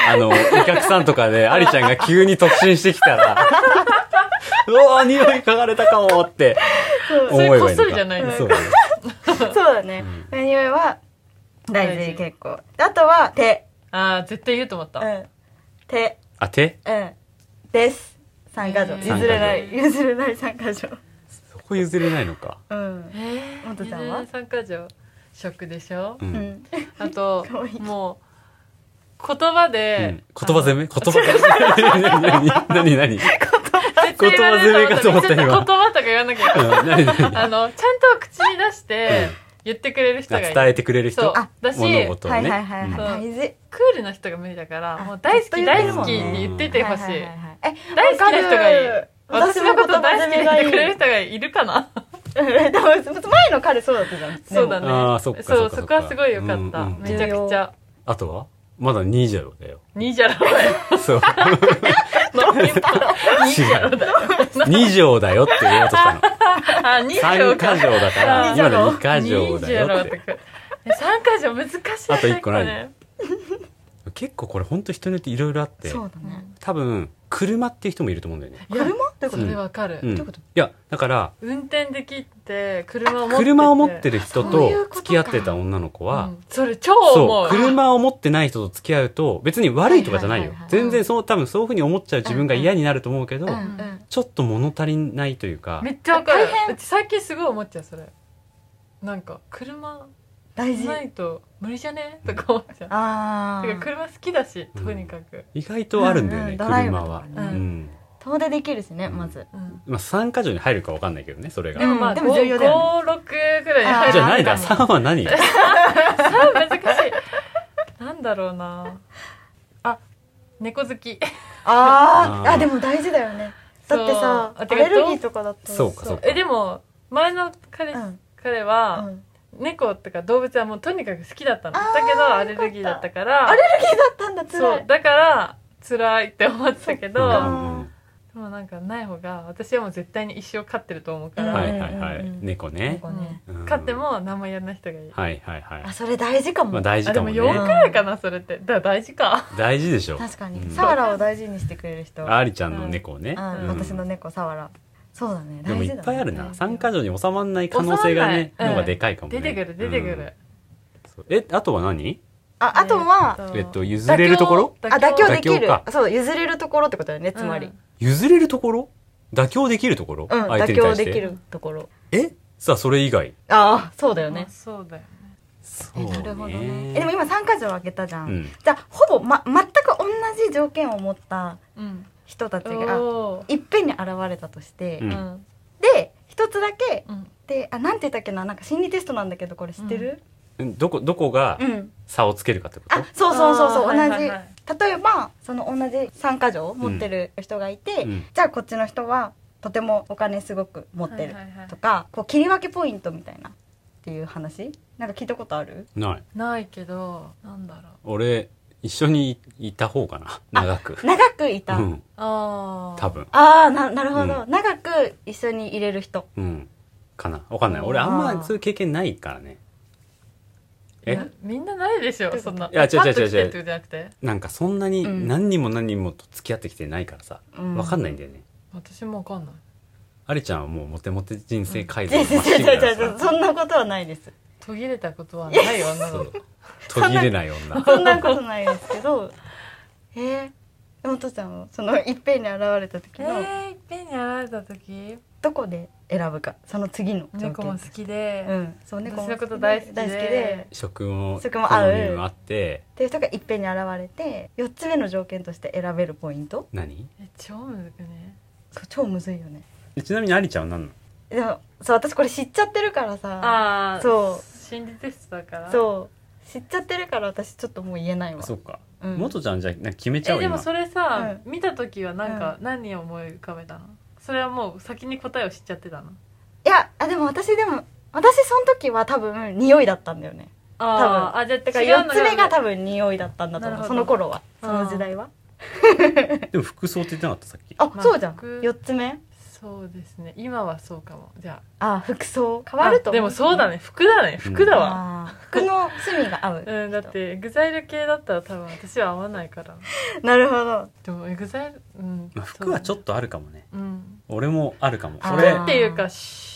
S2: あの、お客さんとかで、ありちゃんが急に突進してきたら、うわー匂い嗅がれたかもって
S5: そ
S2: 思えばいいのか。
S5: れこっそりじゃないの
S2: そうだね。
S3: そうだね、匂いは大
S5: 大
S3: 事
S5: 事
S3: 結構あとは手
S5: ああ、絶対言うと思っ
S3: う
S5: た。
S3: ん手
S2: あ、手
S3: うんです三箇条
S5: え
S2: ー
S3: 譲れない譲れない三箇条
S2: そこ譲れないのか。
S3: うん
S5: ええ。
S3: もとちゃんは
S5: 参加条。食でしょ
S2: う。。
S3: うんん
S5: あと
S3: かわいい、
S5: もう、言葉
S2: うん
S5: で。
S2: 言葉攻め言葉攻め何何何
S5: め。絶対言われる
S2: 言葉攻めかと思った今
S5: ちょっと言葉とか言わなきゃいけない。
S2: うん何何
S5: あの、ちゃんと口に出して
S2: うん、
S5: 言ってくれる人がい
S2: 伝
S5: る。
S2: えてくれる
S5: そう
S2: 人。
S5: だし、
S2: 物事を
S3: はい
S2: ね。
S3: はいはいはい
S2: うん
S3: 大事
S5: クールな人が無理だから、
S3: あ
S5: もう大好
S3: ず
S5: き
S3: っと
S5: 大
S3: 言ってる
S5: 好
S3: もん
S5: き
S3: ね
S5: って言っててほしい。
S3: え
S5: 大好きな人がいい
S3: わかる
S5: 私のこと大好きで言ってくれる
S3: 人
S5: 人がいるかな
S3: 前の彼そうだったじゃん
S5: そうだ
S3: ね
S5: ね
S2: あーそっか
S5: そ
S2: そっ
S5: う
S2: か
S5: そこはすごい良か
S2: うん
S5: っ
S2: う
S5: た
S2: ん
S5: めちゃくちゃ
S2: あとはまだ2じゃろだよ。
S5: 2じゃらお前
S2: そう。違う。
S5: だ
S2: 2条だよって言おうとしたの。
S5: あ2じゃろ
S2: 3か条だから、
S5: あー
S2: 今の2か条
S5: 二
S2: だ
S5: じゃろ
S2: よ
S5: う
S2: っ
S5: と
S2: て。
S5: かえ三か条難しい
S2: あと一個何
S5: ね
S2: 結構これ本当人によっていろいろあって、
S3: そうだね
S2: 多分、車っていう人もいると思うんだよね。
S5: いや
S3: 車ってこ
S5: そ
S3: と
S5: れわかる、
S2: うん。
S3: どう
S2: い
S3: いうこと
S2: や、だから、
S5: 運転できって車を持ってて
S2: 車を持ってる
S3: そ
S2: 人
S3: ういうこととか
S2: 付き合ってた女の子
S5: う
S2: は、
S5: んそれ超思
S2: そうう、車を持ってない人と付き合うと、別に悪いとかじゃない
S3: はい
S2: よ
S3: はい。はいはい
S2: 全然そう、多分そういうふうに思っちゃう自分が嫌になると思うけど
S3: う、んうん
S2: ちょっと物足りないというか
S5: め、っちゃわかる
S3: 大変
S5: うち最近すごい思っちゃうそれなんか車
S3: 大事
S5: ないと無理じゃねとか思っちゃう
S3: あ
S5: てか
S3: あ
S5: 車好きだしとにかく、
S2: 意外とあるんだよ
S3: うんうん
S2: ね、
S3: ドライブ
S2: 車
S3: と
S2: は
S3: か。
S2: う
S3: ね
S2: ん。
S3: 遠出できるしねまず
S5: うん
S2: まあ、3か条に入るかわかんないけどね、それ
S5: で
S2: が。
S5: もまあ、
S3: うんで
S5: 五
S3: も重要だよ
S5: 5、6ぐらいに入
S3: あ
S5: る。
S2: じゃあ何だ
S3: ある
S2: ?3 は何
S5: あ難しい。なんだろうな。あ、猫好き。
S3: あ
S2: あー
S3: ーあでも大事だよねだってさ
S5: そう
S3: ア
S5: てか
S3: レルギーとかだったら
S2: そうかそうか。
S5: え、でも、前の彼、
S3: うん
S5: 彼
S3: う
S5: は、
S3: ん
S5: 猫とか動物はもうとにかく好きだったの。
S3: あー
S5: だけど、アレルギーだったから、
S3: アレルギーだったんだ辛
S5: そう、
S3: い
S5: だから、辛いって思ってたけ
S2: うんう
S5: ど、
S2: んうん
S5: でもなんかない方が、私はもう絶対に一生飼ってると思うから、
S2: はいはいは
S3: うんうん
S2: い。
S3: うん
S2: 猫ね。
S3: 猫ね
S2: うん
S5: 飼って。も何もやらない人がいい。
S2: はいはいはい
S3: あ。それ大事か
S2: ま
S3: も
S2: あ大事
S5: あ、で
S2: かも
S5: も
S2: ね。
S5: 4くらいかな、それって。だ、大事か。
S2: 大事でしょ。
S3: 確か
S2: う
S3: に
S2: ん
S3: サワラを大事にしてくれる人
S2: ありちゃんの猫をね。
S3: うん
S2: うん
S3: 私の猫サワラそうだね
S2: でも
S3: 大事
S2: い
S3: だね
S2: っぱいあるな
S3: 大事
S2: 3箇所に収まらない可能性がね
S5: 収まんないうん
S2: のがでかいかもね
S5: 出てくる出てく
S2: うん
S5: る、
S2: そうえあとは何
S3: ああとは、
S2: えっと譲れるところ
S3: あ妥協でき
S2: 妥協
S3: る
S2: か
S3: そう譲れるところってことだよねつまり、
S2: 譲れるところ妥協できるところ、
S3: うん、
S2: 相手
S3: 妥
S2: に対
S3: 協
S2: して
S3: できるところ
S2: えさあそれ以外
S3: ああそうだよね
S5: まあ、そうだよね
S2: そう
S6: なるほどね
S3: えでも今3箇所開けたじゃん、
S2: うん
S3: じゃあほぼ、ま、全く同じ条件を持った
S5: うん
S3: 人たちが
S5: おー
S3: いっぺんに現れたとして、
S2: う
S5: うんん
S3: で一つだけ
S5: うん
S3: であなんて言ったっけななんか心理テストなんだけどこれ知ってる、
S2: うんどこどこが
S3: うん
S2: 差をつけるかってこと、
S3: あそうそうそうそう同
S5: あー
S3: じ、
S5: はいはいはい
S3: 例えばその同じ3箇条を持ってる人がいて、
S2: うん
S3: じゃあこっちの人はとてもお金すごく持ってる
S5: はいはいはい
S3: とかこう切り分けポイントみたいなっていう話なんか聞いたことある
S2: ない
S5: ないけどなんだろう
S2: 俺一緒にいた方かな長く
S3: 長くいた、
S2: うん
S5: ああ
S2: 多分
S3: ああななるほど、
S2: う
S3: 長く一緒に入れる人
S2: うんかなわかんない俺あんまそういう経験ないからねえ
S5: なみんなないでしょそんない
S2: や違う違う違う
S5: パッと来てってことじゃなくて
S2: なんかそんなに
S3: うん
S2: 何人も何人もと付き合ってきてないからさ、
S3: うん
S2: わかんないんだよね
S5: 私もわかんない
S2: ありちゃんはもうモテモテ人生改造
S3: 全然
S2: のマシ
S3: 違
S2: ン
S3: う
S2: だ
S3: 違う違
S2: か
S3: うそんなことはないです
S5: 途切れたことはない
S2: ら
S5: 女
S2: そ
S5: の
S2: う
S5: 子
S2: 途切れない女
S3: そんなことないですけど えー、でもお父ちゃんはそのいっぺんに現れた時
S5: え
S3: の
S5: ー、いっぺんに会われた時
S3: どこで選ぶかその次の条件
S5: 猫も好きで、
S3: うんそう猫も
S5: 私のこと大好きで
S3: 大好きで
S2: 食も
S3: 食も合う
S2: 好みもあって
S3: っていう人がいっぺんに現れて4つ目の条件として選べるポイント
S2: 何
S5: え超むずくね
S3: そう超むずいよね
S2: えちなみにありちゃんは何なの
S3: でもそう私これ知っちゃってるからさ
S5: あ
S3: ー
S5: そう心理テストだからう
S3: そう知っちゃってるから私ちょっともう言えないわ
S2: あそうか、
S3: うん
S2: 元ちゃんじゃあなんか決めちゃ
S5: え
S2: おう
S5: でも
S2: 今
S5: それさ、
S3: う
S5: 見た時はなんか何を思い浮かべたのそれはもう先に答えを知っちゃってたの
S3: いやあでも私でも私その時は多分匂いだったんだよね
S5: あーあじゃあ
S3: だから
S5: 違う
S3: 4
S5: の
S3: つ目が多分匂いだったんだと
S5: なる
S3: 思う
S5: ほど
S3: その頃はそ
S5: あー
S3: の時代は
S2: でも服装って言ってなかったさっき
S3: あ
S5: まあ
S3: そうじゃん
S5: 服
S3: 4つ目
S5: そうですね今はそうかもじゃ
S3: あ服装
S5: あ
S3: 変わると
S5: あ
S3: 思
S5: で
S3: う
S5: もそうだね服だね服だわ、
S3: あー服の趣味が合う
S5: うんだってエグザイル系だったら多分私は合わないから
S3: なるほど
S5: でもエグザイルうん、
S2: まあ、服はちょっ
S5: と
S2: とあるかもね
S5: うん
S2: 俺もあるかも
S3: あー
S2: そ
S5: 服
S2: れ
S5: っていうか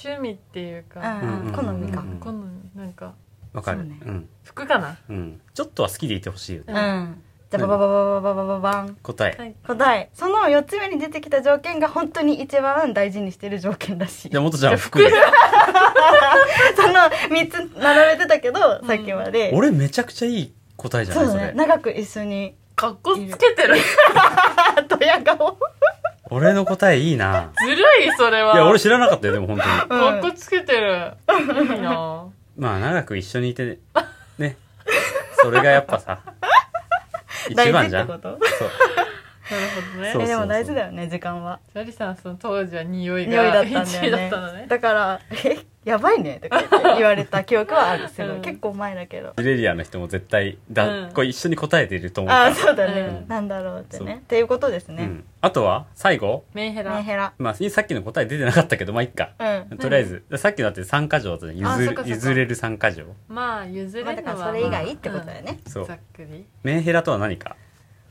S5: 趣味っていうか、
S3: うんうん
S2: うん
S3: 好みか
S5: 好みなんか
S2: わかるう,、
S3: そうね
S2: ん、
S5: 服かな
S2: うん、ちょっとは好きでいてほしいよね
S3: う
S5: うんん
S3: じゃあバババババババババン
S2: 答え、
S5: はい
S3: 答えその4つ目に出てきた条件が本当に一番大事にしてる条件らしい
S2: じゃあ元ち
S5: じ
S2: ゃ
S5: ゃ
S2: ん
S5: あ
S2: は
S5: 服
S2: 服で
S3: その3つ並べてたけど、
S5: うん
S3: さっきまで
S2: 俺めちゃくちゃいい答えじゃ
S3: そ
S2: な
S3: う
S2: いそ,、
S3: だね
S2: れ
S3: 長く一緒に
S5: 格好つけてる
S3: あとや顔
S2: 俺の答えいいな
S5: ずるいそれはい
S2: や俺知らなかったよでも本当に
S5: 格好つけてるい いな
S2: まあ長く一緒にいてねねそれがやっぱさ
S3: 大
S2: 一
S3: 事
S2: 番
S3: っ
S2: じ
S3: て
S2: ゃん
S3: こと
S2: そう
S5: なるほどね
S2: そう
S3: えでも大事だよね時間は
S5: ジャリさんその当時は匂い
S3: 匂いだ
S5: が
S3: ったん
S5: 一
S3: だ
S5: 位
S3: よ
S5: だっ
S3: ね
S5: たのね
S3: だから「えやばいね」とか言って言われた記憶はあ るすごい、
S5: うん
S3: 結構前だけど
S2: ジレリアの人も絶対だ、
S5: うん
S2: これ一緒に答えていると思うか
S3: あ
S2: ら
S3: あそうだね、
S5: うん
S3: なんだろうってね
S2: そう
S3: っていうことですね、
S2: うん、あとは最後、
S5: メンヘ
S3: メン
S5: ラ
S3: ヘラ
S2: まあ、さっきの答え出てなかったけどまあいっか、
S3: うん
S2: とりあえずさっきのだって3箇条だったじゃん
S5: あ
S2: 譲
S5: そっかそっ
S2: る
S5: か
S2: 譲れる3箇条
S5: まあ譲
S3: まあ
S5: れ
S3: だ
S5: る
S3: か
S5: の
S3: ら
S5: は
S3: それ以外ってことだよね、
S2: そ
S5: ざ
S2: う
S5: っくり
S2: メンヘラとは何か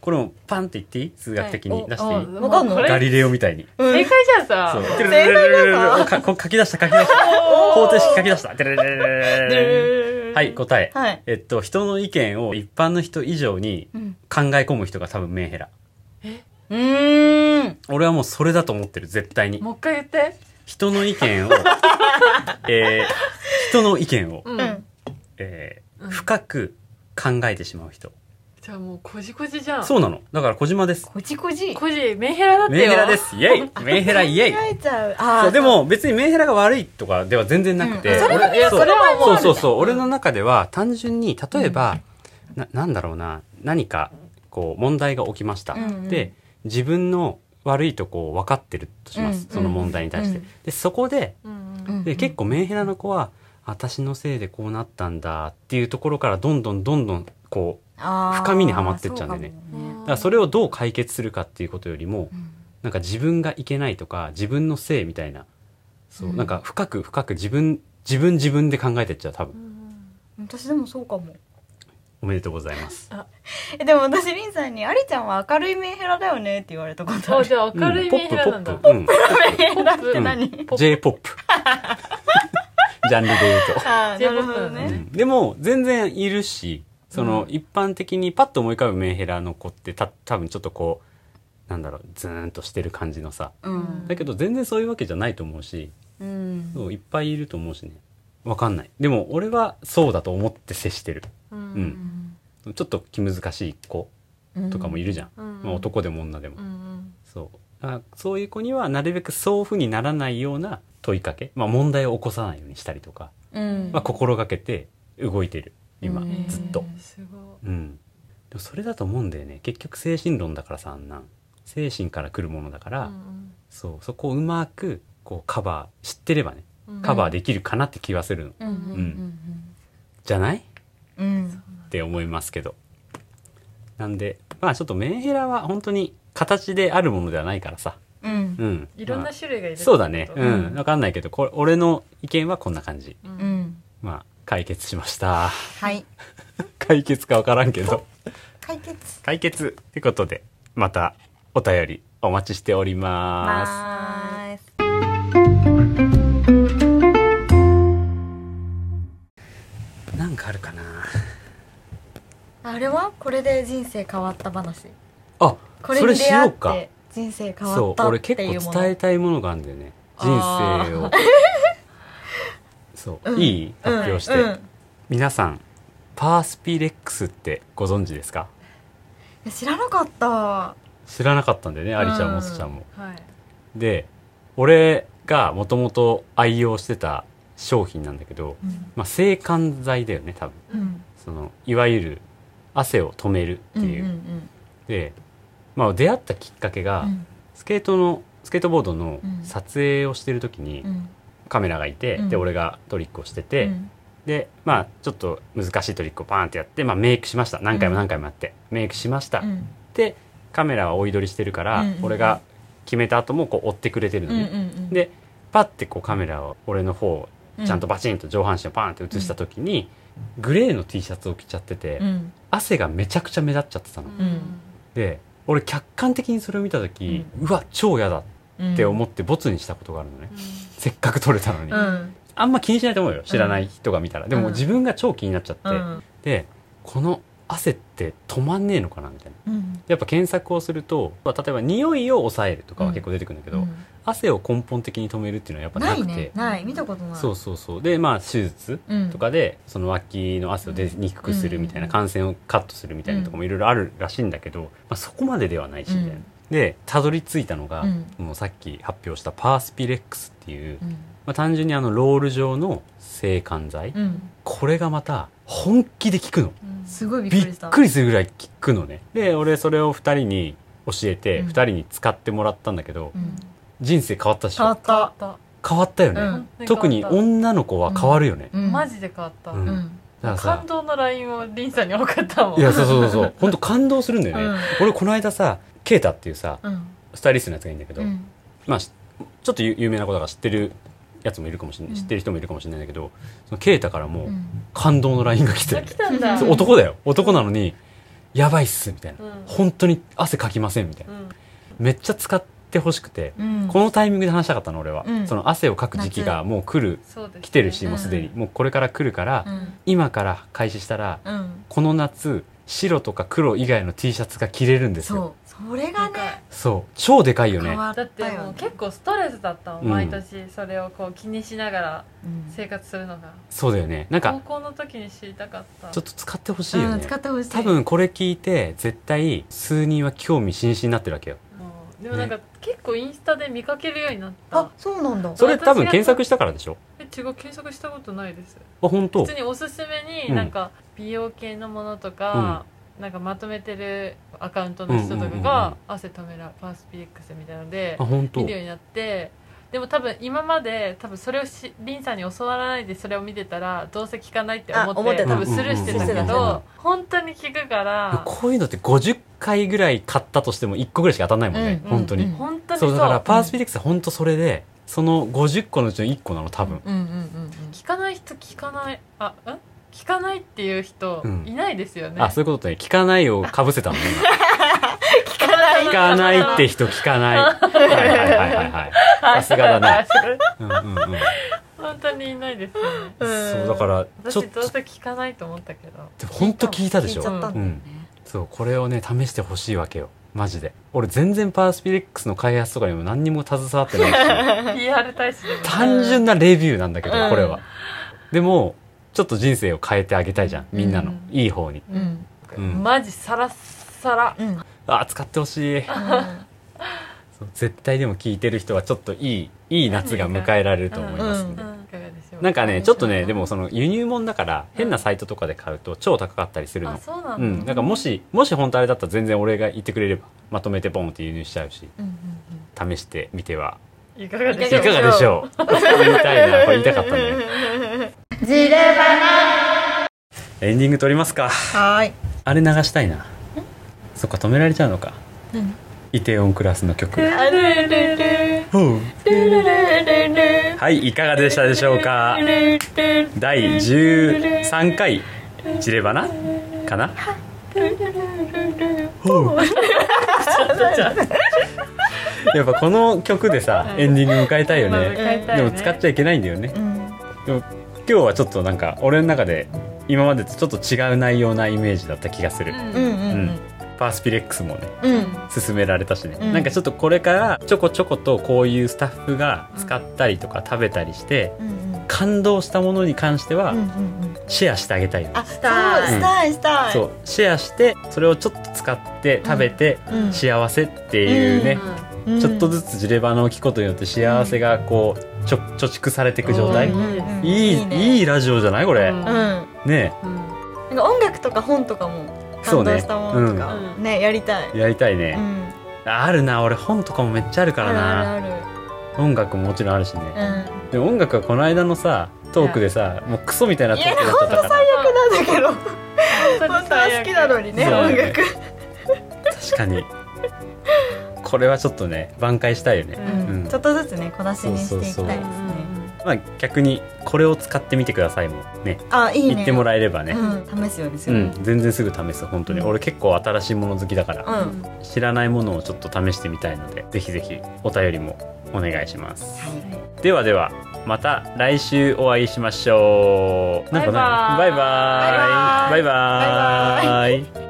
S2: これもパンって言っていい数学的に出していい、
S5: おお
S3: わかんの
S5: これ
S2: ガリレオみたいに
S3: うん
S5: 正解じゃ
S2: そ
S5: ん
S2: う
S5: さ
S2: ルルルルルルルかこ書き出した書き出した方程式書き出したはい答え、
S3: はい
S2: えっと人の意見を一般の人以上に
S3: うん
S2: 考え込む人が多分メンヘラ
S3: うーん
S2: 俺はもうそれだと思ってる絶対に
S5: もう一回言って
S2: 人の意見をえー人の意見を、
S5: う、
S3: うんん
S2: えー
S5: うん
S2: 深く考えてしまう人、
S5: じゃあもうこじこじじゃん
S2: そうなのだから小島です
S3: こじこじ
S5: こじメンヘラだってよ
S2: メンヘラですイェイメンヘライェイ
S3: 考えちゃうあー
S2: そうでも別にメンヘラが悪いとかでは全然なく
S3: う
S2: て、
S3: んそれ
S2: 俺
S3: いや
S2: そう
S3: それはもうあ
S2: そ
S3: るじゃ
S2: うそ
S3: ん
S2: うそう俺の中では単純に例えば、ななんだろうな何かこう問題が起きました、
S3: うんうん
S2: で自分の悪いとこを分かってるとします、
S3: うん
S2: その問題に対して、
S3: うん
S2: でそこで
S5: うんうん
S3: うん
S2: で結構メンヘラの子は私のせいでこうなったんだっていうところからどんどんどんどんこう
S3: あー
S2: 深みにはまってっちゃうんだよね
S3: そ
S5: あ
S3: かも
S5: ー
S2: だからそれをどう解決するかっていうことよりも、なんか自分がいけないとか自分のせいみたいなそう、
S3: うん
S2: なんか深く深く自分自分自分で考えてっちゃう多分
S5: うん
S3: 私でもそうかも
S2: おめでとうございます。
S1: えでも私リンさんに「ありちゃんは明るいメンヘラだよね」って言われたことあ
S5: あ
S1: る
S5: じゃあ明るいメンヘラなんだ、
S2: うんポップ、ポッ
S1: メンヘラって何、
S2: プ、うん、J-POP。ジャンルで言うと。
S1: あーなるほ
S5: J-POP
S1: ど
S5: な
S1: ね
S5: んだ
S2: うんでも全然いるしその、一般的にパッと思い浮かぶメンヘラの子ってた多分ちょっとこうなんだろうズーンとしてる感じのさ
S1: うん
S2: だけど全然そういうわけじゃないと思うし
S1: うん
S2: そういっぱいいると思うしねわかんないでも俺はそうだと思って接してる
S5: う
S2: うんん、ちょっと気難しい子とかもいるじゃん、
S5: うん
S2: まあ、男でも女でも、
S5: うん
S2: そうあそういう子にはなるべくそういうふうにならないような問いかけ、まあ、問題を起こさないようにしたりとか、
S1: うん
S2: まあ、心がけて動いてる今、
S1: う
S5: うんん
S2: ずっと。
S5: えーすご
S2: うん、でもそれだと思うんだよね結局精神論だからさあんなん精神から来るものだから、
S5: いうん
S2: そうそこをうまくこうカバー知ってればね
S5: うん
S2: カバーできるかなって気はするの、
S1: うんうん
S2: じゃないっ
S1: うんうん
S2: て思いますけどなんでまあちょっとメンヘラは本当に形であるものではないからさ
S1: うん
S2: うん
S5: いろん
S2: ま
S5: な
S2: あ
S5: 種類がいるってこと
S2: そうだねう
S1: うんん
S2: 分かんないけどこれ俺の意見はこんな感じ
S5: う
S1: うんん
S2: まあ解決しました
S1: はい
S2: 解決か分からんけど
S1: 解決
S2: 解決ってことでまたお便りお待ちしております。
S1: はーい
S2: なんかあるかな
S1: あれはこれで人生変わった話
S2: あ
S1: これ
S2: それ
S1: に
S2: し
S1: 出会
S2: よ
S1: っ
S2: うか
S1: て人生変わ
S2: そ
S1: っ
S2: う
S1: たっ
S2: 俺
S1: て
S2: 結
S1: いうもの
S2: 構伝えたいものがあるんだよね人
S5: あー
S2: 生をそう、
S1: うん
S2: いい発表して、
S1: うんうんい
S2: 皆さんパースピレックスってご存知ですか
S1: や知らなかった
S2: 知らなかったんだよね、ありちゃんも
S1: うん
S2: すちゃんも
S5: はい
S2: で俺がもともと愛用してた商品なんだけど、
S1: うん
S2: まあ、制汗剤だよね多分
S1: うん
S2: そのいわゆる汗を止めるっていう、
S1: うん
S2: で、まあ、出会ったきっかけが、
S1: うん
S2: スケートのスケートボードの
S1: うん
S2: 撮影をしてる時に
S1: うん
S2: カメラがいて、
S1: うん
S2: で俺がトリックをしてて、
S1: うん
S2: でまあちょっと難しいトリックをパーンってやって、まあ、メイクしました何回も何回もやって、メイクしました、
S1: うん
S2: でカメラは追い撮りしてるから、
S1: うんうん
S2: 俺が決めた後もこう追ってくれてるの
S1: うんう
S2: ね、
S1: ん
S2: でパッてこうカメラを俺の方を
S1: うん
S2: ちゃんとバチンと上半身をパーンって映した時に、グレーの T シャツを着ちゃってて、
S1: うん
S2: 汗がめちゃくちゃ目立っちゃってたの、
S1: ん
S2: で俺客観的にそれを見た時、うわ超嫌だって思ってボツにしたことがあるのね、せっかく撮れたのに、
S1: うん
S2: あんま気にしないと思うよ知らない人が見たら、で
S1: う
S2: も
S1: ん
S2: 自分が超気になっちゃって、
S1: うん
S2: でこの汗って止まんねえのかなみたいな
S1: うん
S2: やっぱ検索をするとまあ例えば匂いを抑えるとかは結構出てくるんだけど、
S1: うん
S2: 汗を根本的に止めるっていうのはやっぱな
S1: な
S2: く
S1: い
S2: て
S1: ねない見たことない
S2: そうそうそうでまあ手術
S1: うん
S2: とかでその脇の汗を出にくくするみたいな
S1: うん
S2: 感染をカットするみたいなとかもいろいろあるらしいんだけど、まあ、そこまでではないしみたいな。
S1: うん
S2: でたどり着いたのが、
S1: うん
S2: もうさっき発表したパースピレックスっていう、
S1: うん
S2: まあ、単純にあのロール状の制汗剤、
S1: うん
S2: これがまた本気で効くの
S5: うん
S1: すごいびっ
S2: び
S1: くり
S2: っ
S1: した
S2: くりするぐらい効くのねで俺それを2人に教えて、
S1: うん
S2: 2人に使ってもらったんだけど、
S1: うん
S2: 人生変わったでし
S1: 変わ
S2: ょ
S1: った
S5: だ
S2: 変わったよね、
S1: うん
S5: 本当変わった
S2: 特に女の子は変わるよね、
S1: うん
S5: マジで変わった、
S2: うん
S1: うん
S2: だからさ
S5: 感動の LINE をリンさんに送ったもん
S2: いやそうそうそうそう 本当感動するんだよね、
S1: うん
S2: 俺この間さケイタっていうさ
S1: うん
S2: スタイリストのやつがいいんだけど、
S1: うん
S2: まあしちょっと有有名な子だから知ってるやつもいるかもしれない、知ってる人もいるかもしれないんだけどそのケイタからも
S1: うん
S2: 感動の LINE が来て、
S5: あ来たんだ
S2: そう男だよ男なのに「やばいっす」みたいな、
S5: うん
S2: 本当に汗かきません」みたいな、
S5: うん
S2: めっちゃ使ってほしくて、
S1: うん
S2: このタイミングで話したかったの俺は、
S1: うん
S2: その汗をかく時期がもう来る
S5: そうですね
S2: 来てるし
S1: ん
S2: もうすでに、もうこれから来るから、
S1: うん
S2: 今から開始したら
S1: うん
S2: この夏白とか黒以外の T シャツが着れるんですよ
S1: そうそれがね
S2: そう超でかいよね
S1: 変わった
S5: だ
S1: よね
S5: ってもう結構ストレスだったもん、
S2: うん
S5: 毎年それをこう気にしながら
S1: うん
S5: 生活するのが
S2: そうだよねなん
S5: 高
S2: か
S5: 校の時に知りたかった
S2: ちょっと使ってほしいよ
S1: うん
S2: ね
S1: 使ってほしい
S2: 多分これ聞いて絶対数人は興味津々になってるわけよ
S5: もうでもなんか、結構インスタで見かけるようになった
S1: あそうなんだ
S2: それ多分検索したからでしょ
S5: え違う検索したことないです
S2: あ本当
S5: 普通におすすめ
S2: うん
S5: になんか美容系のものとか、なんかまとめてるアカウントの人とか
S2: うんうんうんうん
S5: が汗止めらパースピリックスみたいので
S2: あ本当
S5: 見るようになってでも多分今まで多分それをしリンさんに教わらないでそれを見てたらどうせ聞かないって思って
S1: あ思ってた
S5: 多分スルーしてたけ
S1: うんうん
S5: ど、
S1: うん
S2: うん
S5: 本当に聞くから
S2: こういうのって50回ぐらい買ったとしても1個ぐらいしか当たんないもんね、
S1: うん
S2: 本当に、
S1: うんうん
S5: 本当に
S2: そ
S5: そうう
S2: だからパースピリックスは本当それでその50個のうちの1個なの多分、
S1: うんうんうんうん
S5: 聞かない人聞かないあうん聞かないっていう人
S2: うん
S5: いないですよね、
S2: あ、そういうことね。聞かないをかぶせたのね。
S5: 聞かない
S2: 聞かないって人聞かない。はいはいはいはいはい。さすがだな。うんうんうん。
S5: 本当にいないですよ
S2: そ
S5: ね
S2: う、だから、ちょっ
S5: 私どう
S2: と、
S5: せ聞かないと思ったけど
S2: 本当聞いたでし
S3: 聞
S2: ょ
S3: いち。ゃったんだよね、
S2: そう、これをね、試してほしいわけよ。マジで。俺全然パースピレックスの開発とかにも何にも携わって ないし、
S5: PR 大使でも
S2: 単純なレビューなんだけど
S3: う、ん
S2: これは。でも、ちょっと人生を変えてあげたいじゃん。みんなの
S5: う。ん
S2: いい方に。
S3: うんうん
S2: うん
S5: マジサラッサラ
S3: うん
S2: あ、使ってほしい。そう絶対でも聞いてる人はちょっといい、いい夏が迎えられると思いますんで。
S5: うんいかがでしょう
S2: なんかね、ちょっとね、でもその輸入物だから、変なサイトとかで買うと超高かったりする
S5: あ
S2: の。
S5: そうな
S2: う
S5: んだ、
S2: ん。なんかもし、もし本当あれだったら全然俺が言ってくれれば、まとめてボンって輸入しちゃうし、
S3: うん
S2: 試してみてはい
S5: かがで
S2: い
S5: しょう
S2: かがでしょう言いたいな、これ言いたかっ たね。
S1: ジレバ
S2: エンディング撮りますか。
S3: はーい
S2: あれ流したいな。そっか、止められちゃうのか。イテオンクラスの曲。
S5: あるるるる
S2: ほう
S5: るるるる
S2: はい、いかがでしたでしょう か。
S5: るる
S2: 第13回ジレバナかなほう やっぱこの曲でさエンディング迎えたいよ
S5: まあ迎
S2: ね
S5: えたい
S2: でも
S5: ね
S2: 使っちゃいけないんだよね
S3: うん
S2: でも今日はちょっとなんか俺の中で今までとちょっと違う内容なイメージだった気がする
S5: うん
S3: うんう
S2: うんんパースピレックスもね
S3: うん
S2: 勧められたしね、
S3: うん
S2: なんかちょっとこれからちょこちょことこういうスタッフが使ったりとか食べたりして
S3: うんうん
S2: 感動したものに関しては
S3: うんうん
S2: シェアしてあげたいよね
S3: あしたいしたいしたい
S2: そうシェアしてそれをちょっと使って食べて
S3: うん
S2: 幸せっていう
S3: う
S2: ね、
S3: ん
S2: ちょっとずつジレバのを聞くことによって幸せがこうちょ貯蓄されていく状態、
S5: うん
S3: うん
S2: いいいい,、
S3: ね
S2: ラジオじゃないこれ、
S5: うん
S3: うんなん
S2: ね
S3: か音楽とか本とかも
S2: そう
S3: 感
S2: ね
S3: 動したものとか
S5: うん
S3: ねやりたい
S2: えやりたいね、
S3: ん
S2: あるな俺本とかもめっちゃあるからな
S3: あるあ
S2: 音楽ももちろんあるしね、
S3: るうん
S2: でも音楽はこの間のさトークでさもうクソみたいなトークだった
S3: なん
S2: から
S3: だけど本当は好きなのにね
S2: そうだ
S3: 音
S2: ね
S3: 楽
S2: 確かにこれはちょっとね挽回したいよね、
S3: うん
S2: うん
S3: ちょっとずつね小出しにしていきたいですね
S2: まあ逆にこれを使ってみてくださいもね
S3: あいいね
S2: 言ってもらえればね、
S3: うん試すようです
S2: う
S3: よね
S2: ん、全然すぐ試す本当に、
S3: うん
S2: 俺結構新しいもの好きだから、
S3: うん
S2: 知らないものをちょっと試してみたいのでぜひぜひお便りもお願いしますではではまた来週お会いしましょうなんかないバ
S5: バ
S2: イ
S5: イ
S2: バ
S5: バ
S2: ーイバイバーイ